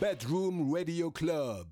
Bedroom Radio Club.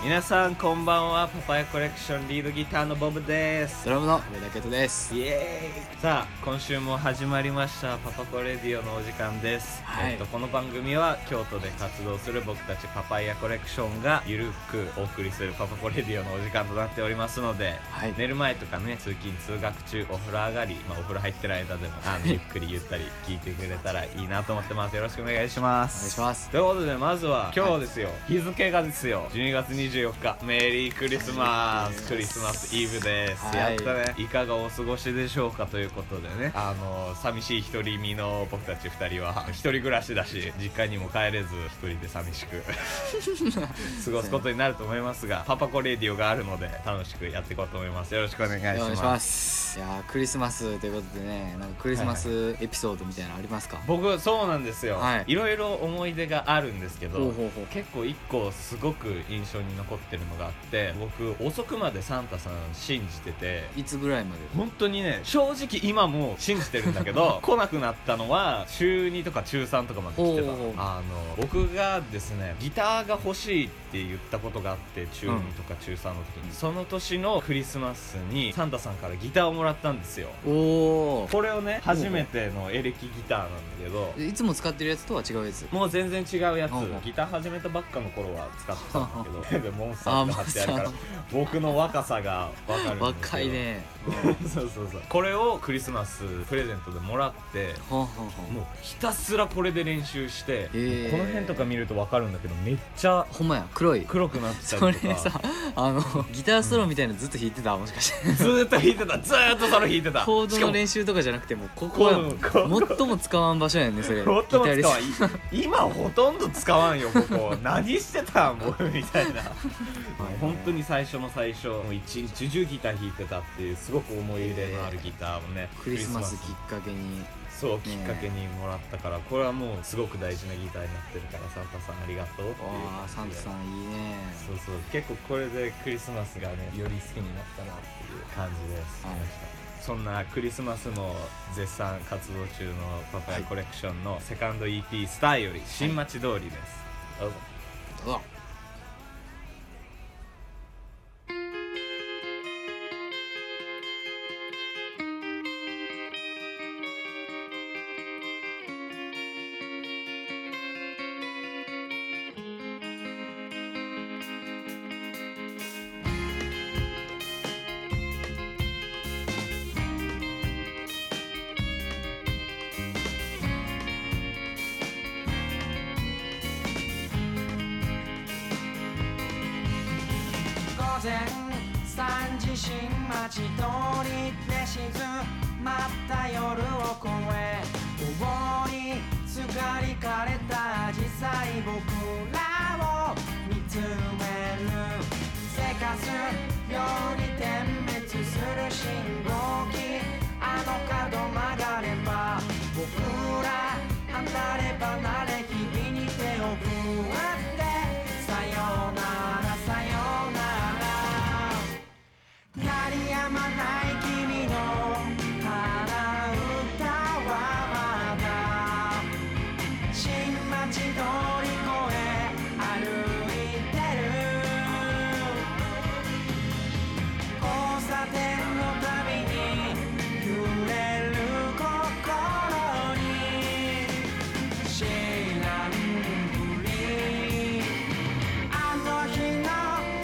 皆さんこんばんはパパイヤコレクションリードギターのボブですドラムの上田健人です。イエーイさあ今週も始まりましたパパコレディオのお時間です、はいえっと、この番組は京都で活動する僕たちパパイヤコレクションがゆるくお送りするパパコレディオのお時間となっておりますので、はい寝る前とかね通勤通学中お風呂上がり、まあ、お風呂入ってる間でもあのゆっくりゆったり聞いてくれたらいいなと思ってますよろしくお願いしますお願いしますということでまずは今日ですよ、日付がですよ12月24日メリークリスマスクリスマスイブです、はいやったねいかがお過ごしでしょうかということでねあの寂しい独り身の僕たち2人は 一人暮らしだし実家にも帰れず一人で寂し く過ごすことになると思いますがパパコレディオがあるので楽しくやっていこうと思いますよろしくお願いしお願まいすします。いやークリスマスということでね、なんかクリスマスエピソードみたいなのありますか？僕そうなんですよ、はいい、ろいろ思い出があるんですけどほうほうほう結構一個すごく印象に残ってるのがあって僕遅くまでサンタさん信じてていつぐらいまで？本当にね正直今も信じてるんだけ ど来なくなったのは中2とか中3とかまで来てたおうおうあの僕がですねギターが欲しいって言ったことがあって中うん2とか中3の時に、その年のクリスマスにサンタさんからギターをもらったんですよおお。これをね初めてのエレキギターなんだけどいつも使ってるやつとは違うやつ。もう全然違うやつうんうんギター始めたばっかの頃は使ってたんだけどでモンスタあーってーま貼ってあるからさ僕の若さが分かるんですよ若いね。そうそうそうこれをクリスマスプレゼントでもらってほんほんほん。もうひたすらこれで練習して、えーこの辺とか見ると分かるんだけどめっちゃほんまや黒い。黒くなってそたりとれかさ、あのギターソロみたいなのずっと弾いてたもしかして。ずーっと弾いてたずーっとそれ弾いてたコードしかのも練習とかじゃなくてもうここコはードの最も使わん場所やんねそれ。ほとんど使ギタわんリス今ほとんど使わんよここ何してたん僕みたいな本当に最初の最初もう一日中ギター弾いてたっていうすごく思い入れのあるギターをねトクリスマスクきっかけに。そうきっかけにもらったからこれはもうすごく大事なギターになってるからサンタさんありがとうっていうわあサンタさんいいね。そうそう結構これでクリスマスがねより好きになったなっていう感じです、はいそんなクリスマスも絶賛活動中のパパヤコレクションのセカンド EP「スターより新町通り」です、どうぞうわ。午前3時新町通りで静まった夜を越え雲にすがりかれた紫陽花僕らを見つめるせかすように点滅する信号機あの角曲がれば僕ら離れ離れ君に手を振ってさようならさようなら鳴りやまない君の鼻歌はまだ新町通り越え歩いてる交差点のたびに揺れる心に知らんふりあの日の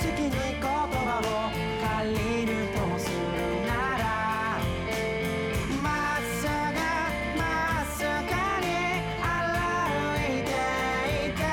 月に言葉を借りるとするならまっすぐまっすぐに歩いていて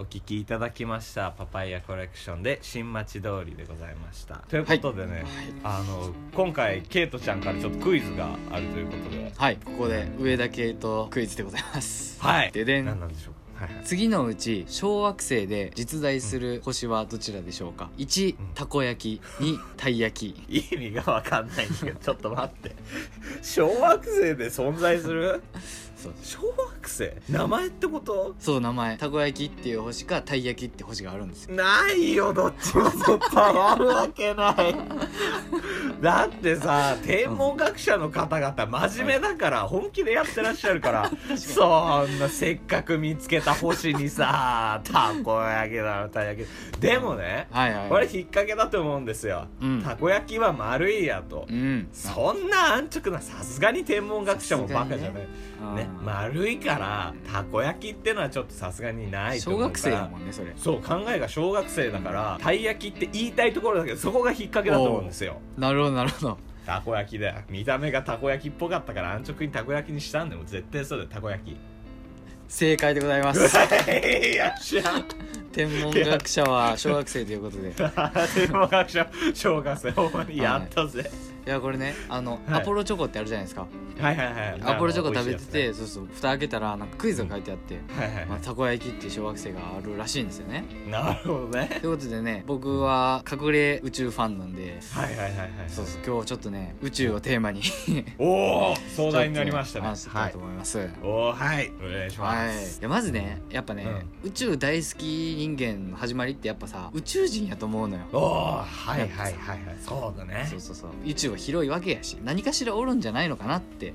お聴きいただきましたパパイヤコレクションで新町通りでございましたということでね、あの今回ケイトちゃんからちょっとクイズがあるということではい、ここで上だけとクイズでございます。はいででん。何なんでしょうかはいはい次のうち小惑星で実在する星はどちらでしょうか1うんたこ焼き2たい焼き意味がわかんないんだけどちょっと待って 小惑星で存在するそう 小惑星名前ってことそう名前たこ焼きっていう星かたい焼きって星があるんですよないよどっちも絶対あるわけ ないだってさ天文学者の方々真面目だから本気でやってらっしゃる からそんなせっかく見つけた星に さたこ焼きだのたい焼きでもねはいはいこれ引っ掛けだと思うんですよ、うんたこ焼きは丸いやと、うんそんな安直なさすがに天文学者もバカじゃないねあー丸いからたこ焼きってのはちょっとさすがにないと小思う学か生らだもんねそれそう考えが小学生だからたい焼きって言いたいところだけどそこが引っ掛けだと思うんですよなるほどなるほどたこ焼きだよ見た目がたこ焼きっぽかったから安直にたこ焼きにしたんでもう絶対そうだよたこ焼き正解でございますよっしゃ天文学者は小学生ということで 天文学者小学生ほんまにやったぜ、いやこれねあの、はいアポロチョコってあるじゃないですかはい、はいはいはいアポロチョコ食べてて、美味しいやそうそう蓋開けたらなんかクイズが書いてあって、つねはいはいまはあ、たこ焼きっていう小学生があるらしいんですよねいなるほどねということでね僕は隠れ宇宙ファンなんではいはいはいはいそうそう今日ちょっとね宇宙をテ ーマにおお壮大になりましたね話していきたはいいと思います、はいおーはいお願いしまいすやまずねやっぱね、宇宙大好き人間の始まりってやっぱさ宇宙人やと思うのよおおはいはいはいはいそうだねそうそうそう宇宙は広いわけやし何かしらおるんじゃないのかなって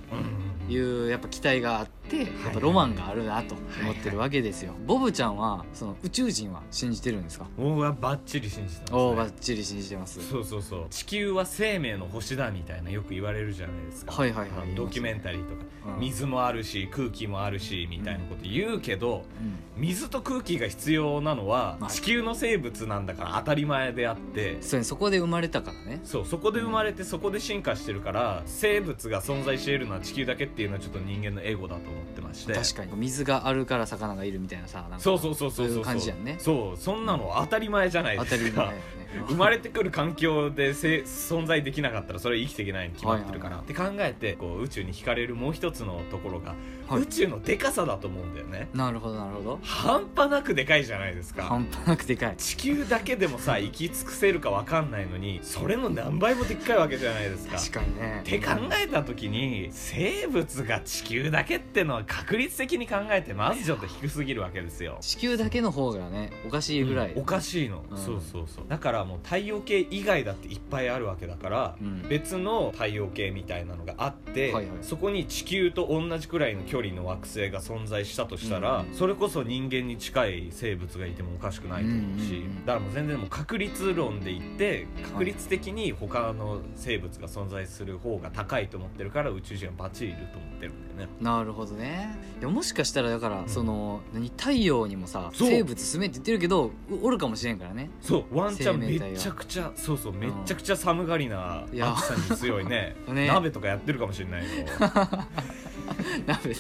うんいうやっぱ期待があってやっぱロマンがあるなと思ってるわけですよ、ボブちゃんはその宇宙人は信じてるんですか僕はバッチリ信じてます、ね、おおバッチリ信じてますそうそうそう地球は生命の星だみたいなよく言われるじゃないですかはいはいはいあの言いますねドキュメンタリーとか、うん水もあるし空気もあるしみたいなこと言うけど、うん水と空気が必要なのははい地球の生物なんだから当たり前であってそうねそこで生まれたからねそうそこで生まれてそこで進化してるから生物が存在しているのは地球だけっていうのはちょっと人間のエゴだと思ってまして確かに水があるから魚がいるみたいなさなんかそうそうそうそうそうそいうう感じやんねそうそんなの当たり前じゃないで当たすり前だかよね生まれてくる環境でせ存在できなかったらそれは生きていけないに決まってるから、はって考えてこう宇宙に惹かれるもう一つのところが、はい宇宙のでかさだと思うんだよねなるほどなるほど半端なくでかいじゃないですか半端なくでかい地球だけでもさ行き尽くせるかわかんないのにそれの何倍もでっかいわけじゃないですか確かにねって考えた時に生物が地球だけってのは確率的に考えてまずちょっと低すぎるわけですよ地球だけの方がねおかしいぐらい、おかしいの、うんそうそうそうだからもう太陽系以外だっていっぱいあるわけだから、うん別の太陽系みたいなのがあって、はいはいそこに地球と同じくらいの距離の惑星が存在したとしたら、うんうんそれこそ人間に近い生物がいてもおかしくないと思うし、うんうんうんだからもう全然もう確率論で言って確率的に他の生物が存在する方が高いと思ってるから宇宙人はバッチリいると思ってるんだよね。なるほどねでももしかしたらだから、んその何太陽にもさそう生物住めって言ってるけどうおるかもしれんからねそうワンちゃん生め命体がちゃくちゃそうそうめちゃくちゃ寒がりないや暑さに強いね ね鍋とかやってるかもしれないよ 鍋で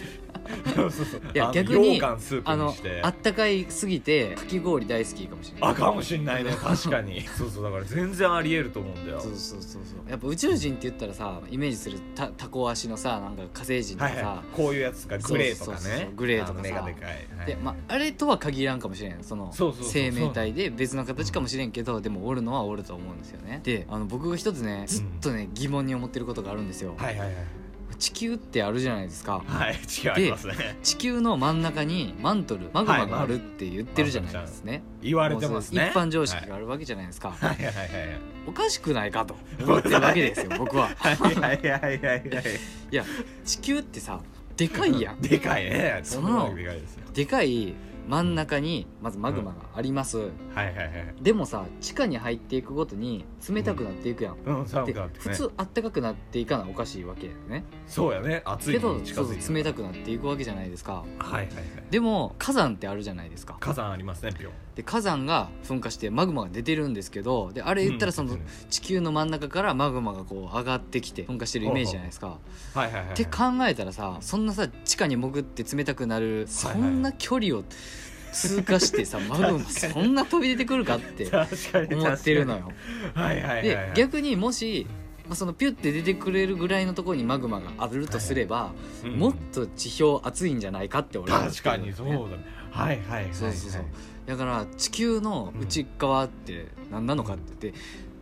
そうそうそういやあの逆に羊羹スープあにのしてあったかいすぎてかき氷大好きかもしれないあかもしんないね 確かにそうそうだから全然ありえると思うんだよそうそうそうそうやっぱ宇宙人って言ったらさイメージするたタコ足のさなんか火星人とかはいさ、はいこういうやつとかグレーとかそうそうそうねそうグレーとかさあの目がでかいはいでまあ、あれとは限らんかもしれんそのそうそうそう生命体で別の形かもしれんけどでもおるのはおると思うんですよねであの僕が一つねずっとね、疑問に思ってることがあるんですよ、はいはいはい地球ってあるじゃないですかはい違いますね地球の真ん中にマントルマグマがあるって言ってるじゃないですね、言われてますねもうそう一般常識はがあるわけじゃないですか、いはいはいはいおかしくないかと思ってるわけですよ僕ははいはいはい はいはいいや地球ってさでかいやんでかいねそそのんなのでかいですよでかい真ん中にまずマグマがあります、はいはいはいでもさ地下に入っていくごとに冷たくなっていくやん、うん寒でくなってく普ね通あったかくなっていかなおかしいわけだよねそうやね暑いけのどに近そうづいてそう冷たくなっていくわけじゃないですかはいはいはいでも火山ってあるじゃないですか火山ありますねビョンで火山が噴火してマグマが出てるんですけどであれ言ったらそのうん地球の真ん中からマグマがこう上がってきて噴火してるイメージじゃないですかはいはいはいはいって考えたらさそんなさ地下に潜って冷たくなるそんな距離を通過し てさマグマそんな飛び出てくるかって確かに確かに思ってるのよ。はいはいはいはでい逆にもし、まあ、そのピュッて出てくれるぐらいのところにマグマがあるとすれば、うんもっと地表熱いんじゃないかって俺は思って確るかにそうだねはいはいはいそうそうそう、だから地球の内側って何なのかって言って、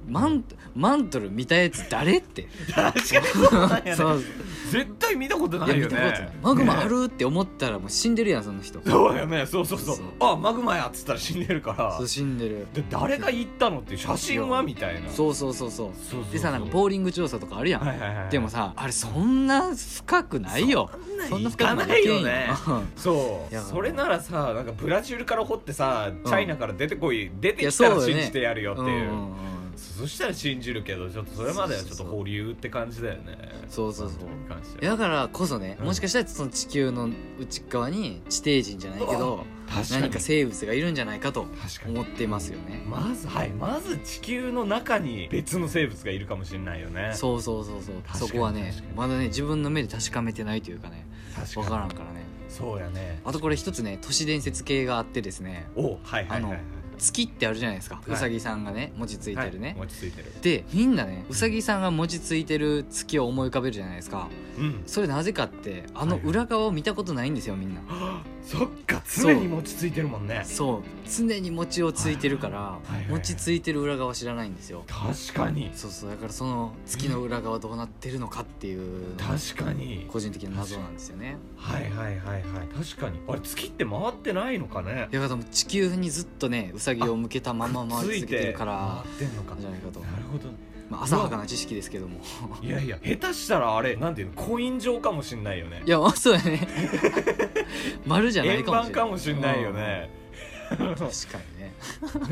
マンマントル見たやつ誰ってはい 確かにそうなんやね そうそう絶対見たことないいやよ見たねことないマグマあるって思ったらもう死んでるやんその人そうやねそうそうそうそうあマグマやっつったら死んでるからそう死んでるで誰が行ったのっていう写真はみたいなそうそうそうそうそうそうそうでさなんかボーリング調査とかあるやん、はいはいはいでもさあれそんな深くないよそんなそ深行くかもなでいきんよねうんそういやそれならさなんかブラジルから掘ってさチャイナから出てこい、出ていやきたそうらだよ信ねじてやるよっていううんうんうんそしたら信じるけどちょっとそれまではちょっと保留って感じだよねそうそうそうそのに関してはだからこそね、うんもしかしたらその地球の内側に地底人じゃないけど確かに何か生物がいるんじゃないかと確かに思ってますよねまずはいまず地球の中に別の生物がいるかもしれないよねそうそうそうそう確かにそこはね確かにまだね自分の目で確かめてないというかね確分からんからねそうやねあとこれ一つね都市伝説系があってですねおはいはいはいはあの月ってあるじゃないですか、いうさぎさんがね餅ついいてるね、はい落ち着いてるでみんなねうさぎさんが餅ついてる月を思い浮かべるじゃないですかうんそれなぜかってあはのいはい裏側を見たことないんですよみんなそっか常に落ち着いてるもんねそう常に餅をついてるからいはいはい餅ついてる裏側を知らないんですよ確かにそうそうだからその月の裏側どうなってるのかっていう確かに個人的な謎なんですよねはいはいはいはい確かにあれ月って回ってないのかねいやでも地球にずっとねうさぎを向けたまま回り続けてるからついて回ってんのかじゃないかと、なるほどねまあ、浅はかな知識ですけどもいやいや下手したらあれなんていうのコイン状かもしんないよねいやそうや ね丸じゃない円かもしれな盤いかもしんないよねうん確かにねね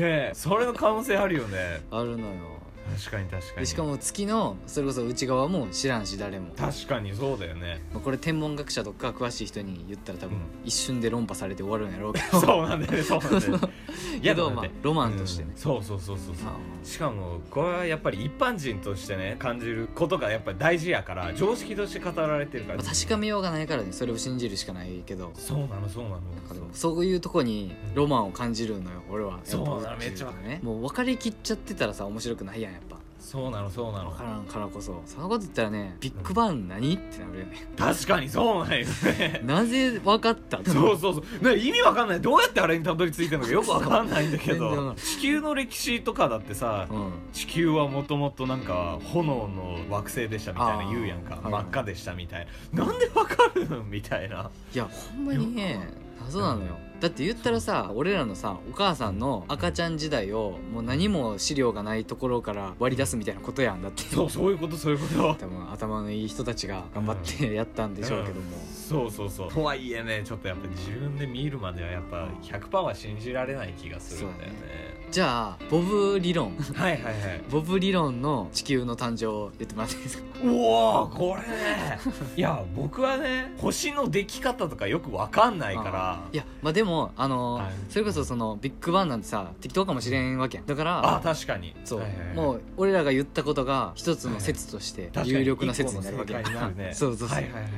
えそれの可能性あるよねあるのよ確かに確かでにしかも月のそれこそ内側も知らんし誰も確かにそうだよ ねまあこれ天文学者とか詳しい人に言ったら多分うん一瞬で論破されて終わるんやろうけ どそうなんだよねそうなんだ よねいやけどでもだってまあロマンとしてねうんそうそうそうそうそうまあまあしかもこれはやっぱり一般人としてね感じることがやっぱり大事やから常識として語られてるからまあ確かめようがないからねそれを信じるしかないけどそうなのそうなのなんかでもそういうとこにロマンを感じるのよ俺はそうなのやっぱめっちゃわかるねもう分かりきっちゃってたらさ面白くないやんやっぱそうなのそうなの分からんからこそそんなこと言ったらねビッグバン何ってなるよね確かにそうなんよ ねなぜ分かったとそうそうそうね意味わかんないどうやってあれにたどり着いたのかよくわかんないんだけ全然わかんなどい地球の歴史とかだってさうん地球はもともとなんか炎の惑星でしたみたいあなー言うやんかはいはい真っ赤でしたみたいななんでわかるのみたいないやほんまにね謎なのよだって言ったらさ俺らのさお母さんの赤ちゃん時代をもう何も資料がないところから割り出すみたいなことやんだってそうそういうことそういうこと多分頭のいい人たちが頑張ってやったんでしょうけども、そうそうそうとはいえねちょっとやっぱ自分で見るまではやっぱ100%は信じられない気がするんだよねじゃあボブ理論 はいはいはいボブ理論の地球の誕生を言ってもらっていいですかうおーこれね いや僕はね星の出来方とかよくわかんないからいやまあでもあのーはいそれこそそのビッグバンなんてさ適当かもしれんわけやんだからあ確かにそう、はいはいはいもう俺らが言ったことが一つの説として確かに有力な説になるわけや一個の正解になるね そうそうそう、はいはいはいはい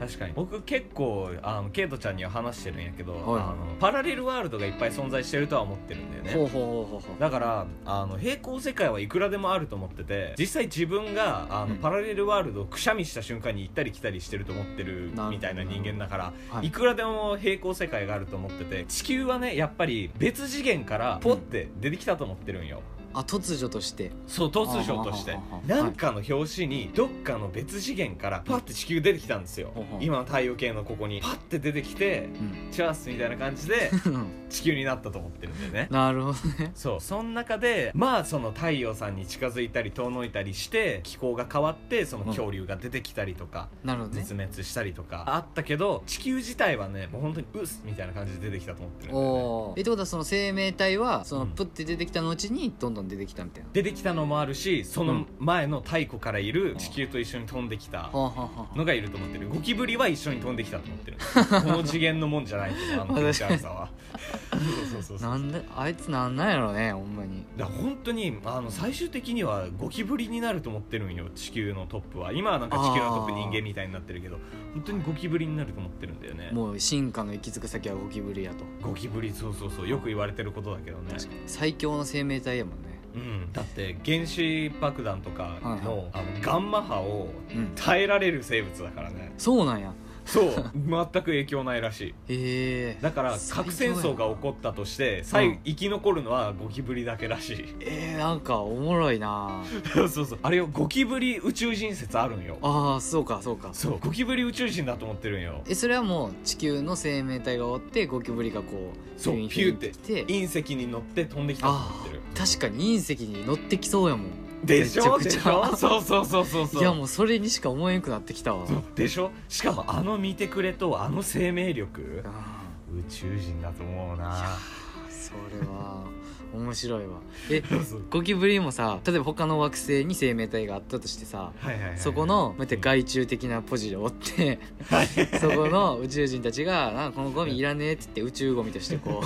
確かに僕結構あのケイトちゃんには話してるんやけど、はいあのパラレルワールドがいっぱい存在してるとは思ってるんだよねほうほうほうほうほうだからあの平行世界はいくらでもあると思ってて実際自分があの、うんパラレルワールドをくしゃみした瞬間に行ったり来たりしてると思ってるなるほどみたいな人間だから、はいい、くらでも平行世界があると思ってて地球はねやっぱり別次元からポッて出てきたと思ってるんよ。あ突如としてそう突如としてああああなんかの表紙にどっかの別次元からパッて地球出てきたんですよほうほう今の太陽系のここにパッて出てきてうんチャースみたいな感じ で地球になったと思ってるんだよねなるほど ねそうその中でまあその太陽さんに近づいたり遠のいたりして気候が変わってその恐竜が出てきたりとか、なるほどね絶滅したりとかあったけど地球自体はねもう本当にうっすみたいな感じで出てきたと思ってるんだよねおーえってことはその生命体はそうのんプッて出てきた後にどんどん出てきたみたいな、出てきたのもあるしそうのん前の太古からいる地球と一緒に飛んできたはあはあはあのがいると思ってるゴキブリは一緒に飛んできたと思っ てるこの次元のもんじゃないと思うあの気持ち悪さはそうそうそうそうなんであいつなんなんやろねほんまにだから本当にあの最終的にはゴキブリになると思ってるんよ地球のトップは今はなんか地球のトップあ人ー間みたいになってるけど本当にゴキブリになると思ってるんだよねもう進化の行き着く先はゴキブリやとゴキブリそうそうそうよく言われてることだけどね確かに最強の生命体やもんねうん、だって原子爆弾とかの,、はいはいあのガンマ波をうん耐えられる生物だからねそうなんやそう 全く影響ないらしいへえだから核戦争が起こったとして最後うん生き残るのはゴキブリだけらしいえー、なんかおもろいな そうそうあれよゴキブリ宇宙人説あるんよああそうかそうかそうゴキブリ宇宙人だと思ってるんよえそれはもう地球の生命体がおってゴキブリがこうそうピューってきて隕石に乗って飛んできたとあ思ってるあ確かに隕石に乗ってきそうやもんでしょめでちゃしくちゃょそうそうそうそうそういやもうそれにしか思えんくなってきたわそうでしょしかもあの見てくれとあの生命力あ宇宙人だと思うあいやなーそれは面白いわ えそうゴキブリもさ例えば他の惑星に生命体があったとしてさはいはいはいはいそこのこうやって害虫的なポジで追ってはいそこの宇宙人たちが「なんかこのゴミいらねえ」って言って宇宙ゴミとしてこ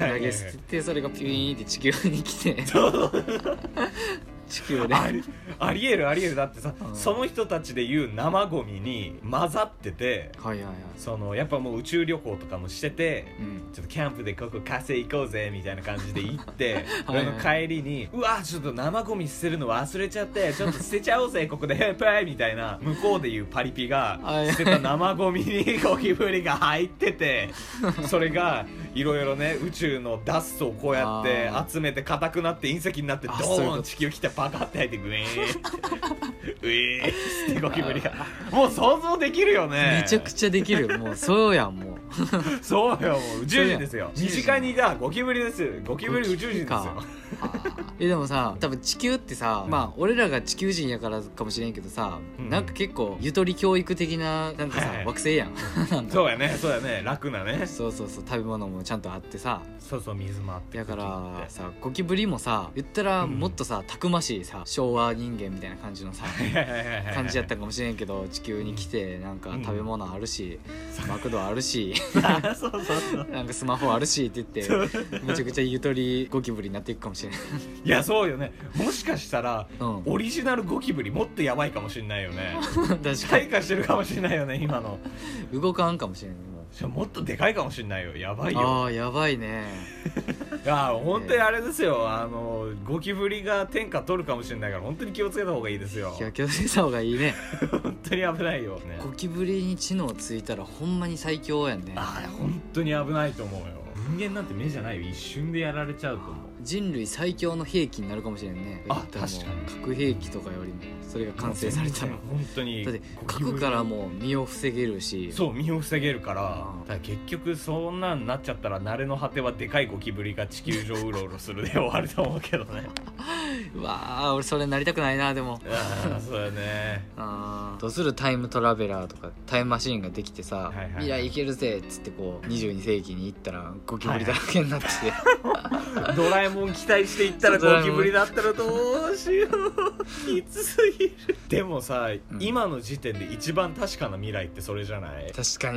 うはいはいは投げい捨ててそれがピュイーンって地球に来て地球でありありえるありえるだってさうんその人たちで言う生ゴミに混ざっててはいはいはい。そのやっぱもう宇宙旅行とかもしててうん。ちょっとキャンプでここ火星行こうぜみたいな感じで行って はいはいあの帰りにうわちょっと生ゴミ捨てるの忘れちゃ ってちょっと捨てちゃおうぜここでヘッパイみたい な向こうでいうパリピがはい捨てた生ゴミにゴキブリが入って てそれがいろいろね宇宙のダストをこうやってあー集めて硬くなって隕石になってドあそういうこーとン地球来てパカって入ってグ イーンってウィーンってゴキブリがもう想像できるよねめちゃくちゃできる。もうそうやんもう。そうよ、もう宇宙人ですよ。宇宙身人近にいたゴキブリです。ゴキブリ宇宙人ですよ。ゴえでもさ多分地球ってさまあ俺らが地球人やからかもしれんけどさ、うんなんか結構ゆとり教育的ななんかさ、はいはい惑星やんなんかそうやね、そうやね、楽なね。そうそうそう食べ物もちゃんとあってさそうそう、水もあって。だか空気もあらってさゴキブリもさ言ったらうんもっとさ、たくましいさ昭和人間みたいな感じのさはいはいはいはいはい感じやったかもしれんけど地球に来てなんか食べ物あるし、マクドあるし そうそうそう。なんかスマホあるしって言ってめちゃくちゃゆとりゴキブリになっていくか もしれない。いや、そうよね。もしかしたら、うん、オリジナルゴキブリもっとやばいかもしれないよね。確か退化してるかもしれないよね、今の。に動かんかもしれんもうしかももっとでかいかもしれないよ。やばいよ。ああやばいねいや、本当にあれですよ。あの、ゴキブリが天下取るかもしれないから、本当に気をつけた方がいいですよい。や気をつけた方がいいね本当に危ないよ。ねゴキブリに知能ついたらほんまに最強やんねああ本当に危ないと思うよ人間なんて目じゃないよ一瞬でやられちゃうと思う人類最強の兵器になるかもしれんねあ言ったらもう確か核兵器とかよりもそれが完成されたらもう本当にだって核からもう身を防げるしそう身を防げるからうんだから結局そんなんなっちゃったら慣れの果てはでかいゴキブリが地球上うろうろするで終わると思うけどねうわあ俺それなりたくないなでもああそうだねあーどうするタイムトラベラーとかタイムマシーンができてさ、はいはいはい未来行けるぜっつってこう22世紀に行ったらゴキブリだらけになってて、ドラえもん期待していったらそうドラえゴもキんブリだったらどうしようきつすぎるでもさ、ん今の時点で一番確かな未来ってそれじゃない 確か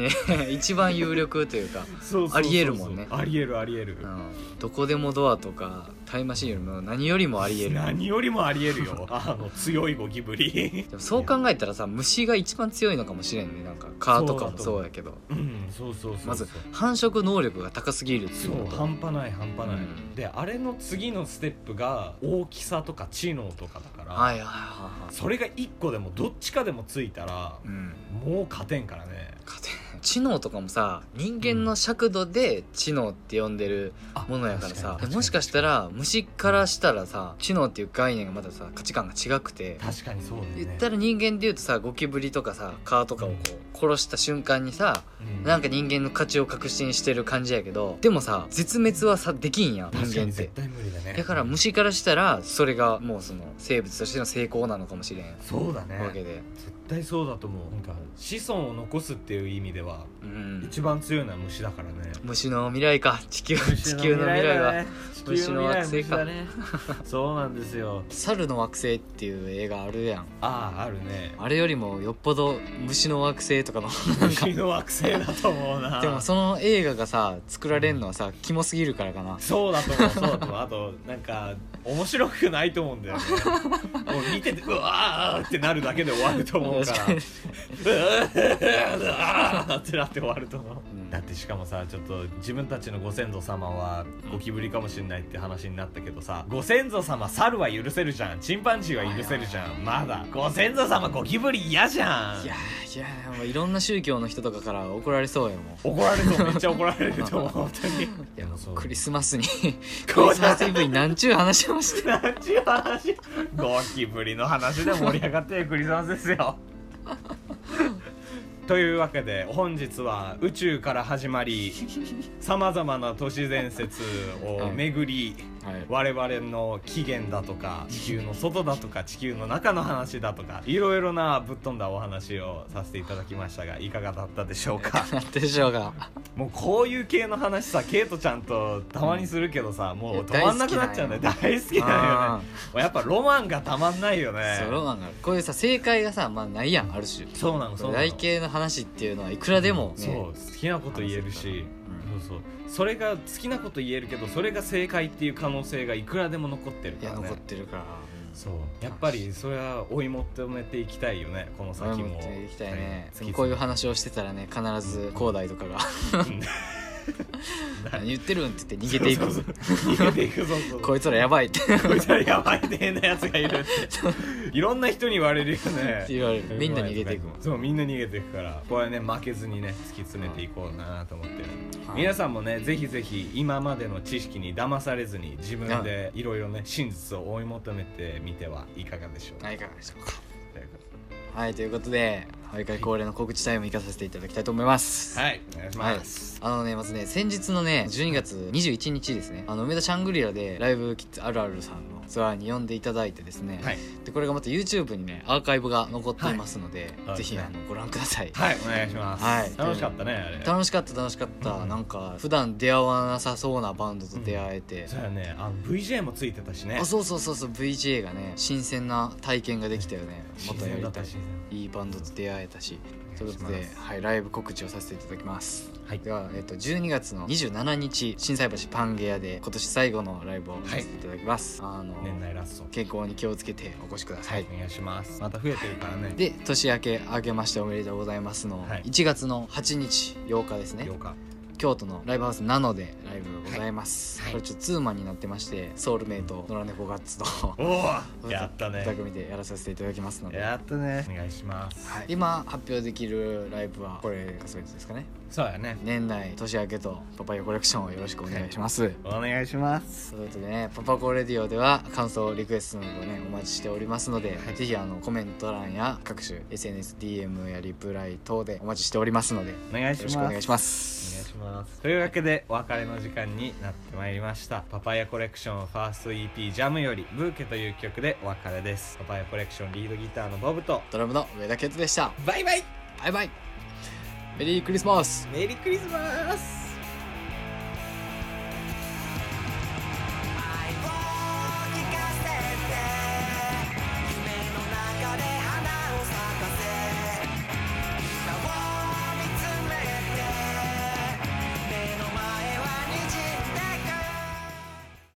に 一番有力というか、そうそうそうそうありえるもんねありえるありえる、うん、どこでもドアとかタイムマシーンよりも何よりもありえる何よりもありえるよ あの強いゴキブリでもそう考えたらさ虫が一番強いのかもしれんねなんか蚊とかもそうやけど うんそうそうそうそうまず繁殖能力が高すぎるっていそううこと半端ない半端ない、うんであれの次のステップが大きさとか知能とかだから、はいはいはいはいそれが1個でもどっちかでもついたらうんもう勝てんからね勝てん知能とかもさ人間の尺度で知能って呼んでるものやからさでもしかしたら虫からしたらさ知能っていう概念がまださ価値観が違くて確かにそうだよね言ったら人間で言うとさゴキブリとかさ蚊とかをこう殺した瞬間にさなんか人間の価値を確信してる感じやけどでもさ絶滅はさできんやん間確人か間にって絶対無理だねだから虫からしたらそれがもうその生物としての成功なのかもしれんそうだねわけで絶対そうだと思うなんか子孫を残すっていう意味ではうん一番強いのは虫だからね虫の未来か地球地球の未来は虫の惑星か そうなんですよ猿の惑星っていう映画あるやんあああるねあれよりもよっぽど虫の惑星とかのなんか虫の惑星だと思うなでもその映画がさ作られんのはさキモすぎるからかなそうだと思うそうだと思うあとなんか面白くないと思うんだよね もう見ててうわーってなるだけで終わると思うから確かにうわーってなって終わると思う、うんだってしかもさちょっと自分たちのご先祖様はゴキブリかもしれないないって話になったけどさご先祖様猿は許せるじゃんチンパンジーは許せるじゃんまだご先祖様ゴキブリ嫌じゃん いやいやもういろんな宗教の人とかから怒られそうよも怒られるとめっちゃ怒られると思う本当にういやもそうクリスマスにクリスマスイブに何ちゅう話しましたなんちゅう話ゴキブリの話で盛り上がってるクリスマスです よというわけで本日は宇宙から始まりさまざまな都市伝説を巡り、はい我々の起源だとか地球の外だとか地球の中の話だとかいろいろなぶっ飛んだお話をさせていただきましたがいかがだったでしょう か なんでしょうがもうこういう系の話さケイトちゃんとたまにするけどさ、もう止まんなくなっちゃうんだよ大好きだよねあもうやっぱロマンがたまんないよねーそうロマンがあるこういうさ正解がさまあないやんある種そうなのそうなの外形の話っていうのはいくらでも、ね、そう好きなこと言えるし、うそうそうそれが好きなこと言えるけどそれが正解っていう可能性がいくらでも残ってるいかやらね残ってるからそうやっぱりそれは追い求めていきたいよねこの俺先もも行きたいね突きこういう話をしてたらね必ず広大とかが「 何言ってるん?」って言って逃げていそうくそうそう逃げていくぞそうこいつらやばいってこいつらやばいね変なやつがいるっていろんな人に言われるよね言われる みんな逃げていくもんそうみんな逃げていくからこれはね負けずにね突き詰めていこうなと思ってる、はい皆さんもねぜひぜひ今までの知識に騙されずに自分でいろいろね真実を追い求めてみてはいかがでしょうか、はいいかがでしょうかということはいということで毎回恒例の告知タイム行かさせていただきたいと思いますではいお願いします、あのねまずね先日のね12月21日ですねあの梅田シャングリラでライブキッズあるあるさんのツアーに呼んでいただいてですね、はいでこれがまた YouTube にねアーカイブが残っていますので、はいぜひそうあですねのご覧ください、はい、お願いします、はい楽しかったねあれ楽しかった楽しかった、なんか普段出会わなさそうなバンドと出会えて、そうやねあの VJ もついてたしねあそうそうそうそう VJ がね新鮮な体験ができたよね新もっとや鮮だりったたいしいいバンドと出会えたしということお願いでし、まはい、ライブ告知をさせていただきますはいでは、えっと、12月の27日心斎橋パンゲアで今年最後のライブをさせていただきます、あの年内ラスト健康に気をつけてお越しください、お願いしますまた増えてるからねで年明け明けましておめでとうございますの、はい1月の8日8日ですね8日京都のライブハウスなのでライブがございます、はいこれちょっとツーマンになってましてソウルメイト野良猫ガッツとおお やった2ね組でやらさせていただきますので、やったねお願いしますはい、今発表できるライブはこれがそうですかねそうやね年内年明けとパパイヤコレクションをよろしくお願いしますお願いしますということでねパパコレディオでは感想リクエストなどねお待ちしておりますので、はいぜひあのコメント欄や各種 SNSDM やリプライ等でお待ちしておりますのでよお願いしろましすくお願いしまお願いすしますというわけでお別れの時間になってまいりましたパパイヤコレクションファースト EP ジャムよりブーケという曲でお別れですパパイヤコレクションリードギターのボブとドラムの上田健人でしたバイバイバイバイメリークリスマスメリークリスマス